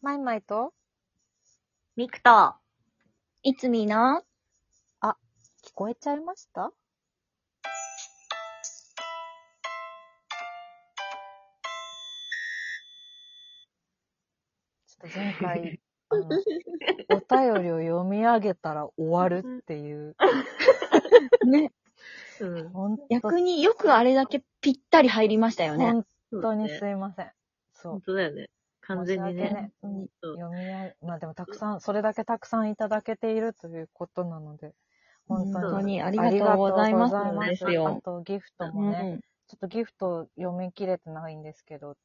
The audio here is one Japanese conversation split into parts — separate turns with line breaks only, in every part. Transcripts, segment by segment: マイマイと、
ミクと、いつみの、
聞こえちゃいましたちょっと前回、あの、お便りを読み上げたら終わるっていう。
ね、
うん、本当
逆によくあれだけぴったり入りましたよね。
本当にすいません。そう
本。当だよね。完全に
申し訳
ね。
ないうん
そう
読み合い、まあでもたくさん、それだけたくさんいただけているということなので、本
本
当
当
に。
にありがとうございます。
ありがとうございます
です
あ
よ
とギフト
う
もね、
ん、
ちょっとギフト読み切れてないんですけど、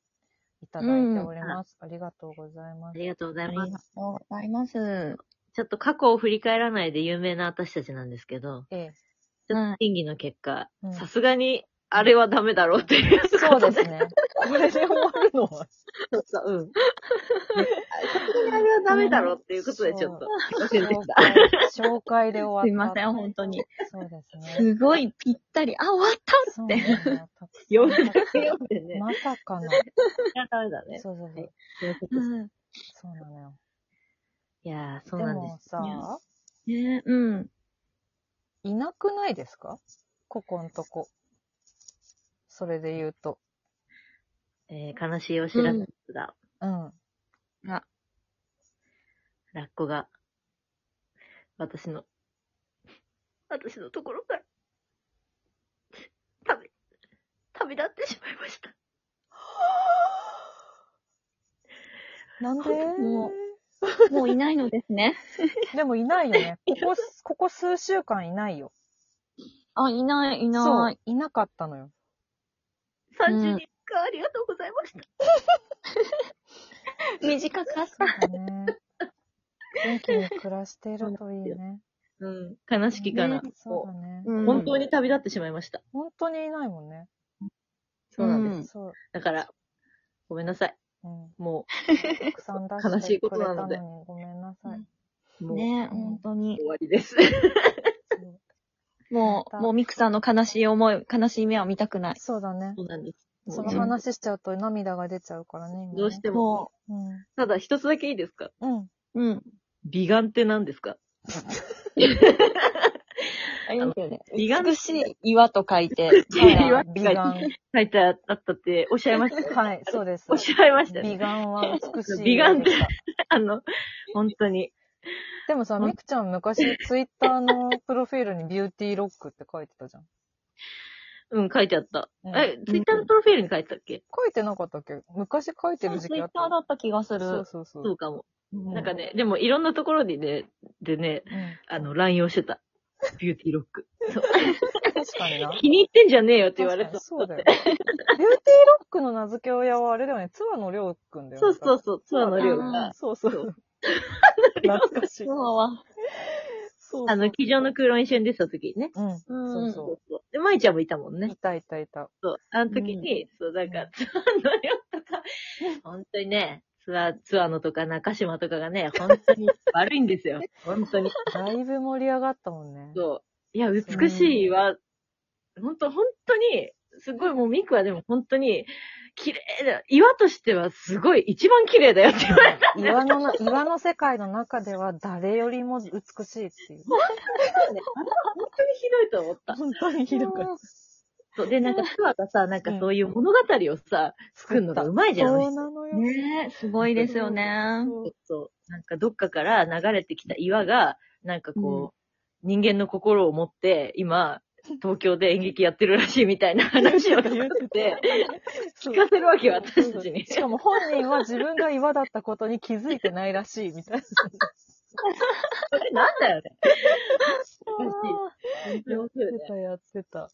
いただいております。ありがとうございま
あ
す。
りがとうござ
あ
い
り
ま
が
す。
とうございます。
ちょっと過去を振り返らないで有名な私たちなんですけど、
ええ、
ちょっ
うん
と審議の結果
う、ん
さすがに、あれはダメだろうっていうこと。
そうですね。これで終わるのは。
そうそう。 うん。さすがにあれはダメだろうっていうことで、ちょっと。すいませんで
紹
した
介紹介で終
すい
わ
ま
った。
せん、本当に。
そうですね。
すごいぴったり。あ、終わった
そうなんだよたくさん
読んで、読んでね。
まさかの。
ダメだね。
そうそうそう。
うん
そうなのよ。
いやー、
で
そうなんです
も。さ
い、やねうん。
いなくないですかここんとこ。それで言うと。
えー悲しいお知らせだ。
うん。
ラッコが、私の、私のところから、旅、旅立ってしまいました。
なんで
ももういないのですね。
でもいないよね。ここ、ここ数週間いないよ。
あ、いない、い
そ
な
う
い。、
いなかったのよ。
30日間ありがとうございました。
短かった。
ね。元気に暮らしているといいね。
うん、悲しきかな。
ねそう
こ
だね。
う
うん
本当に旅立ってしまいました。
本当にいないもんね。
そうなんです。
うん
そう。
だから、ごめんなさい。
うん。
も
たくさん出してくれたのにごめんなさい。
う、もう、
ね本当に。
終わり です。
そう
もう、もうミクさんの悲しい思い、悲しい目は見たくない。
そうだね。
そうなんです。もう
その話しちゃうと涙が出ちゃうからね、今ね
どうしても。
も
うん。
ただ一つだけいいですか
うん。
う、うん。
美顔って何ですか
あれですよね。
美顔
美しい岩と書いて、
美しい岩
美顔。
書いてあったっておっしゃいました。
はい、そう です。
おっしゃいましたよね。
美顔は美しい。
美顔って。あの、本当に。
でもさ、
うん
みくちゃん昔ツイッターのプロフィールにビューティーロックって書いてたじゃん。
うん、書いてあった。
うん
え、ツイッターのプロフィールに書いてたっけ、
書いてなかったっけ昔書いて
ツイ
る時期あ
ッ
っ
タ
た
ーだった気がする。
そうそうそう。
そうかも。
うん
なんか、ね、でもいろんなところでね、でね、
うん
あの、乱用してた。ビューティーロック。そう
確かにな。
気に入ってんじゃねえよって言われ
確かに
た。そ
そうだよ。ビューティーロックの名付け親はあれだよね、ツアのりょうくんだよね。
うそうそう、ツアーの量
う
が
ん。そうそう。懐かしい。
今は、
そう
あの、机上の空論一緒に出てた時ね。
うん。
う。
そうんそ
そう。で、舞ちゃんもいたもん
う。
ね
い。たいたいた。
そう。あの時に、そう、なんか、ツアーの量とか、本当にね、ツアー、ツアーのとか中島とかがね、本当に悪い んですよ。本当に。
だいぶ盛り上がったもんね。
そう。いや、美しいわ。本当本当に、すごいもうミクはでも本当に、綺麗だ。岩としてはすごい一番綺麗だよって言われたんだよ。
岩の、岩の世界の中では誰よりも美しいっていう。
本当にひどいと思った。
本当にひどかった。
そう。で、なんかツアーがさ、なんかそういう物語をさ、作るのがうまいじゃ
そ
ん。
うなのよ。
ねえ、すごいですよね。
そうそう。なんかどっかから流れてきた岩が、なんかこう、人間の心を持って、今、東京で演劇やってるらしいみたいな話を言ってて、
そう
聞かせるわけよ、私たちに。
しかも本人は自分が岩だったことに気づいてないらしい、みたい な。
それ なんだよね。
やってた、やってた。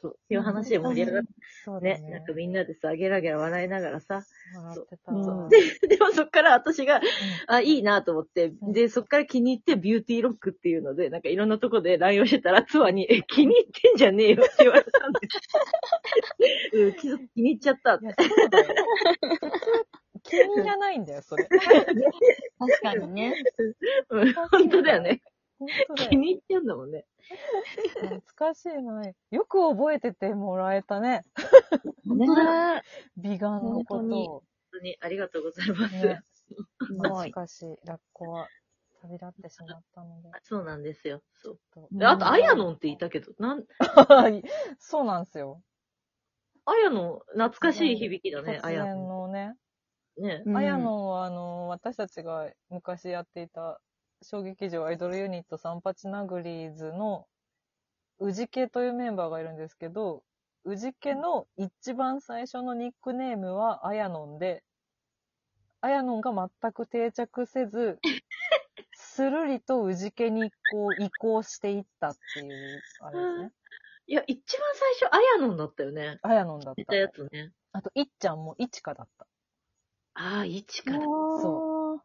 そう。っていう話で盛り上がっ
そう
た
だ
ね。
ね。
なんかみんなでさ、ゲラゲラ笑いながらさ。
笑ってた。
うん
で、
でもそっから私が、あ、いいなと思って、
うん
で、そっから気に入ってビューティーロックっていうので、なんかいろんなとこで乱用してたら、ツアーに、え、気に入ってんじゃねえよって 言われたんです。うん、気気に入っちゃったって
い。や、そうだよ。普通、気に入らないんだよ、それ。
確かにね。
うん本当だよね。
本当だ
気
よ。
に入っちゃうんだもんね。
懐かしいな。よく覚えててもらえたね。
本当だ。
美顔のことを。
本当にありがとうございます。
ね
ご
し
い。
かし、ラッコは旅立ってしまったので、
そうなんですよ。そう。
ちょっ
であと、
うん
アヤノンっていたけど、なん、
と。 そうなんですよ。
アヤノン、懐かしい響きだね、
突
アヤ
然の
ノ
ね。
ン。ね。
あやのんは、あの、私たちが昔やっていた、小劇場アイドルユニットサンパチナグリーズの、宇治家というメンバーがいるんですけど、宇治家の一番最初のニックネームはあやのんで、あやのんが全く定着せ ず、するりと宇治家にこう移行していったっていう、あれですね。
いや、一番最初、アヤノンだったよね。
あやのんだっ
い
た
た。やつね。
あと、いっちゃんもいちかだった。
ああ、イチ
う
かだ。
そ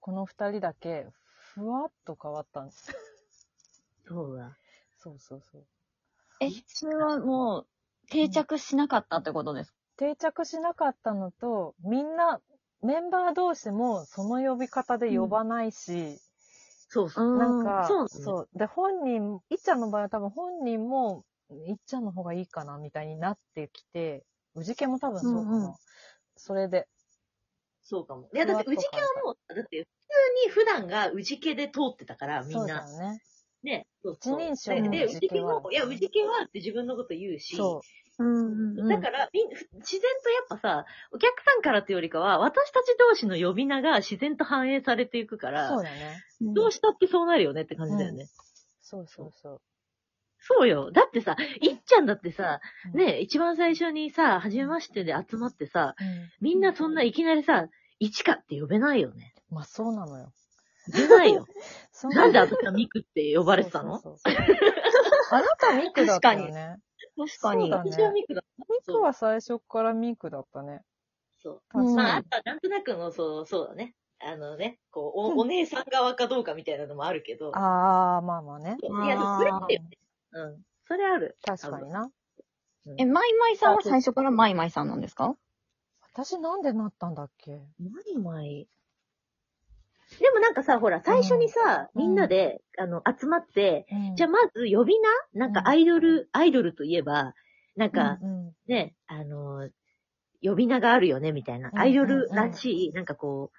この二人だけ、ふわっと変わったんです。
そうだ。
そうそうそう。
え、それはもう、定着しなかったってことですか
定着しなかったのと、みんな、メンバー同士もその呼び方で呼ばないし、
そうそう。
なんか、
そう
そ,、
そうう
で、本人、いっちゃんの場合は多分本人も、いっちゃんの方がいいかな、みたいになってきて、宇治家も多分そうかな。
うんうん
それで、
そうかも。いや、だって、
ふわっ
宇
と
治
変わ
系は
った
もう、だって、普通に普段が宇治系で通ってたから、み
そ
ん
うだ
な。
よね。
ね。そう
一人称
で
の
で、
宇
宇
治
治
系
系
は
も、いや、宇治系はって自分のこと言うし。
そ
うん
だから、みん自然とやっぱさ、お客さんからっていうよりかは、私たち同士の呼び名が自然と反映されていくか
う。そう
ら、
だね。
ら
どうしたってそうなるよねって感じだよね。
そうそうそ
そうよ。だってさ、いっちゃんだってさ、
う。
ね、一番最初にさ、初めましてで集まってさ、
うん。
みんなそんないきなりさ、いちかって呼べないよね。
まあ、そうなのよ。
呼べな いよ。
そ
なんで
だ
私はミクって呼ばれてたの
そうそうそうあなたミクだったよね。
確
かにそうだね
私はミクだ。
ミクは最初からミクだったね。
そう。
確
うん
かに
まあ、あとはなんとなくの、そう、そうだね。あのね、こう、おお姉さん側かどうかみたいなのもあるけど。
ああ、まあまあね。
いや、でもそれってよね、うん。それある。
確かにな。
え、マイマイさんは最初からマイマイさんなんですか
私なんでなったんだっけ
マイマイ。でもなんかさ、ほら、最初にさ、
うん
みんなで、あの、集まって、じゃあ
あ、
まず呼び名なんかアイドル、アイドルといえば、なんか
うんうん
ね、あの、呼び名があるよね、みたいな。
うん
アイドルらしい、なんかこう、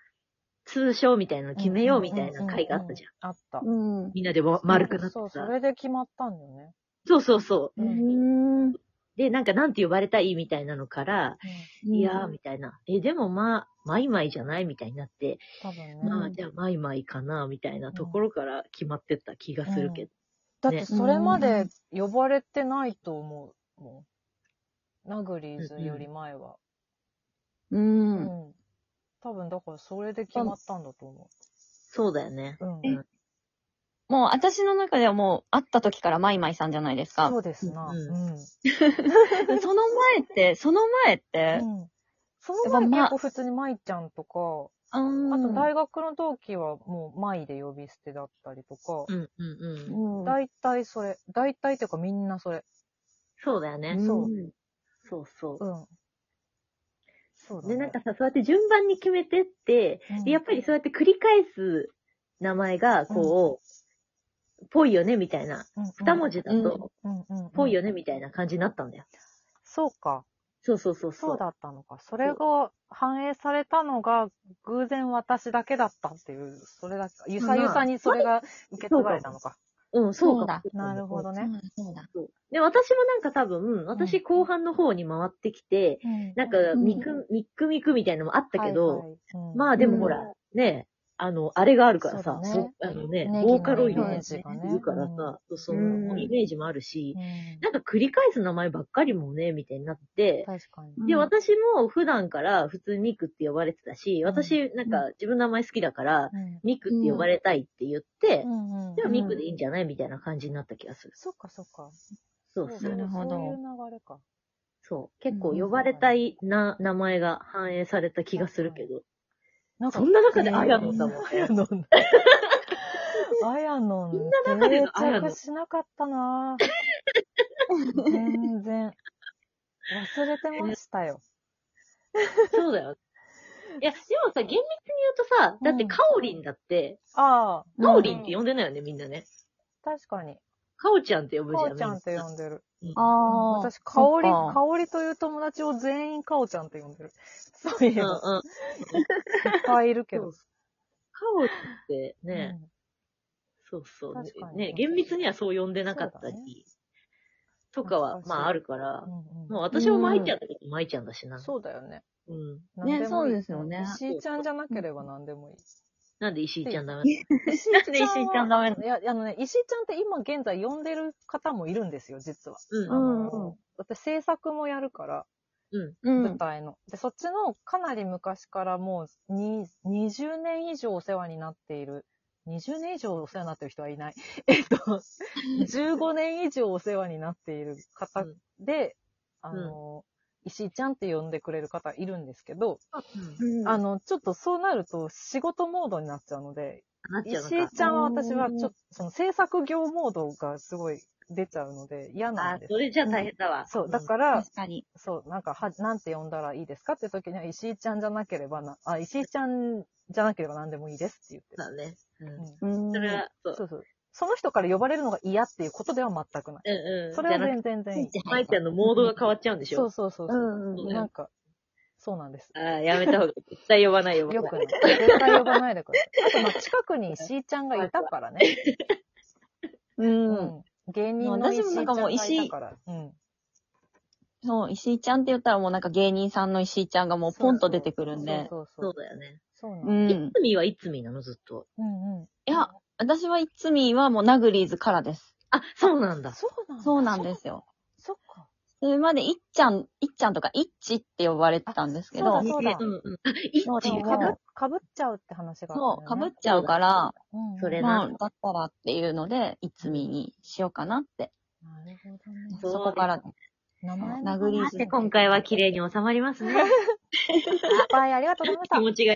通称みたいなの決めようみたいな会があったじゃ
あ
ん。
った。
うん。
みんなでわ丸くなって
そう、そ
さ。
れで決まったんだよね。
そうそうそう
うんん。
で、なんかなんて呼ばれたいみたいなのから、いやー、みたいな。え、でもまあ、マイマイじゃないみたいになって、
多分ね。
まあ、じゃあマイマイかな、みたいなところから決まってった気がするけど。
だってそれまで呼ばれてないと思うもん。ナグリーズより前は。
う。
うんん。多分だからそれで決まったんだと思
そうだよね。
う。うん。
えもう私の中ではもう会った時からマイマイさんじゃないですか
そ。うですな。
うん
うん。
その前って、その前って、
うんその前結構普通に舞ちゃんとか、
あー
あと大学の同期はもう舞で呼び捨てだったりとか
う、んうんうん。
うん
大体それ、大体っていうかみんなそれ。
そうだよね。。
そうん
そうそう
う。ん。そうだね。
で、なんかさ、そうやって順番に決めてって、
うん
でやっぱりそうやって繰り返す名前が、こう、ぽいよね、みたいな。二文字だと、
うんうんうん
ぽいよね、みたいな感じになったんだよ。
そうか。
そうそうそう。
そう。だったのか。それが反映されたのが、偶然私だけだったっていう、それだけ、ゆさゆさにそれが受け継がれたのか。
うん、そう
そ
か
うだ
も
なるほどね。
そうだ。
そうで、私もなんか多分、私後半の方に回ってきて、なんか、
ん
ミク、ミックミクみたいなのもあったけど、
はいはいうん
まあでもほら、
う
ね、あの、あれがあるからさ、
そう
そあのね、
ネギの
ボーカロイド
イメ
が
ージがね
いるからさ、そのイメージもあるし、
うん
なんか繰り返す名前ばっかりもね、みたいになって、
確かに。
うん
で、私も普段から普通にミクって呼ばれてたし、私なんか自分の名前好きだから、
うん
ミクって呼ばれたいって言って、
うんうん
でもミクでいいんじゃないみたいな感じになった気がする。
そっかそっか。
そうそう。
なるほど
そういう流れか。
そう。結構呼ばれたいな、名前が反映された気がするけど。
な
そんな中で
あ
あ
や
や
の
の
ん
ん
だ
だ
もん
もん
ねあ
ね。
やの ん。あやのん。
みんな中でのあやのん
定着しなかったなぁ全然。忘れてましたよ。
そうだよ。いや、でもさ、厳密に言うとさ、だってカオリンだって、
ああ、
カオリンって呼んでないよね、みんなね。
確かに。
カオちゃんって呼ぶじ
か
ゃん。
おちゃんって
ん
呼んでる。
ああ。
私、かおり、
そっか
かおりという友達を全員かおちゃんって呼んでる。そういえば、
うんうん。
いっぱいいるけ
そ
ど
う。。カオってね、そうそう。
確かに
ね、厳密にはそう呼んでなかったり、
そうだね
とかは
懐、かしい
まああるから
う、んうん
もう私も舞ちゃんだけど舞ちゃんだしな。
そうだよね。
うん。
何もいい
そうですよね
石井ちゃんじゃなければ何でもいい。
なんで石井ちゃんダメな
なんで石井ちゃんダメなの
いや、あのね、石井ちゃんって今現在呼んでる方もいるんですよ、実は。
の
うんうん
あの私制作もやるから、
うん。
う
舞
ん。
台の。で、そっちのかなり昔からもうに20年以上お世話になっている。20年以上お世話になってる人はい ない。えっと、15年以上お世話になっている方で、あの、石井ちゃんって呼んでくれる方いるんですけど、
うん。
うん
あの、ちょっとそうなると仕事モードになっちゃうので、
なっちゃう
石井
のか。
ちゃんは私はちょっと、その制作業モードがすごい出ちゃうので嫌なん
あ
で、す
そ。れじゃ大変だわ。
そう、だ
ら。
から、
確かに。
そう、なんか、は、なんて呼んだらいいですかって時には、石井ちゃんじゃなければな、あ、石井ちゃんじゃなければ何でもいいですって言って
だね。う
る。
ん。
うん
それは、そ。
うん、そううそう。その人から呼ばれるのが嫌っていうことでは全くない。
うんうん。
それは
じゃなく
全然全然いい。
て舞ちゃんのモードが変わっちゃうんでし
そ
ょ
うそうそう
う
そ
んう
う。
ん
うん
なんか、そうなんです。
ああ、やめた方がいい。絶対呼ばない、呼ば
よく
ない。
ない。絶対呼ばないでください。あと、まあ、近くに石井ちゃんがいたからね。
うん。
うん。芸人の石井ちゃんがいたから。うん。
そう、石井ちゃんって言ったらもうなんか芸人さんの石井ちゃんがもうポンと出てくるんで。
そうそ
そうう。だよね。
そうなん
う
です。
い
ん。
つみはいつみなの、ずっと。
うんうん。
いや、私はいつみはもうナグリーズからです。
あ、そうなんだ。
そうなんだ
そうなんですよ。
そっか。
それまでいっちゃん、いっちゃんとかいっちって呼ばれてたんですけ
あ
ど、
そうだ
うんうん。あ、いっ
そう
ち
だ
そ
も
うか
う
か
ぶ
ぶ
かぶっちゃうって話があ
そ
っ
う、
た
か
よね、
ぶっちゃうから、
うんうん
それ
まあ、だったらっていうので、いつみにしようかなって。
なるほどね。
そう
そこから。
名前
殴り
の
石
話
っ
っ
て今回は綺麗に収まりますね。
いっぱいありがとうございました
気。持ちがいい。